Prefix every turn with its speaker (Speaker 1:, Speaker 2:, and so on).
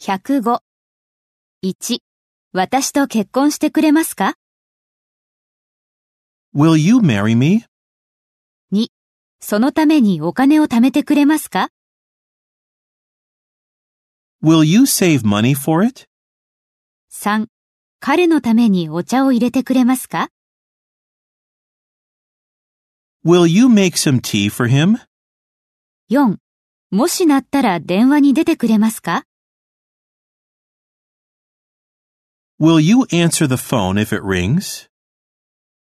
Speaker 1: 105。1. 私と結婚してくれますか
Speaker 2: Will you marry me?
Speaker 1: そのためにお金を貯めてくれますか
Speaker 2: Will you save money for it?
Speaker 1: 3. 彼のためにお茶を入れてくれますか
Speaker 2: Will you make some tea for him?
Speaker 1: 4. もしなったら電話に出てくれますか
Speaker 2: Will you answer the phone if it rings?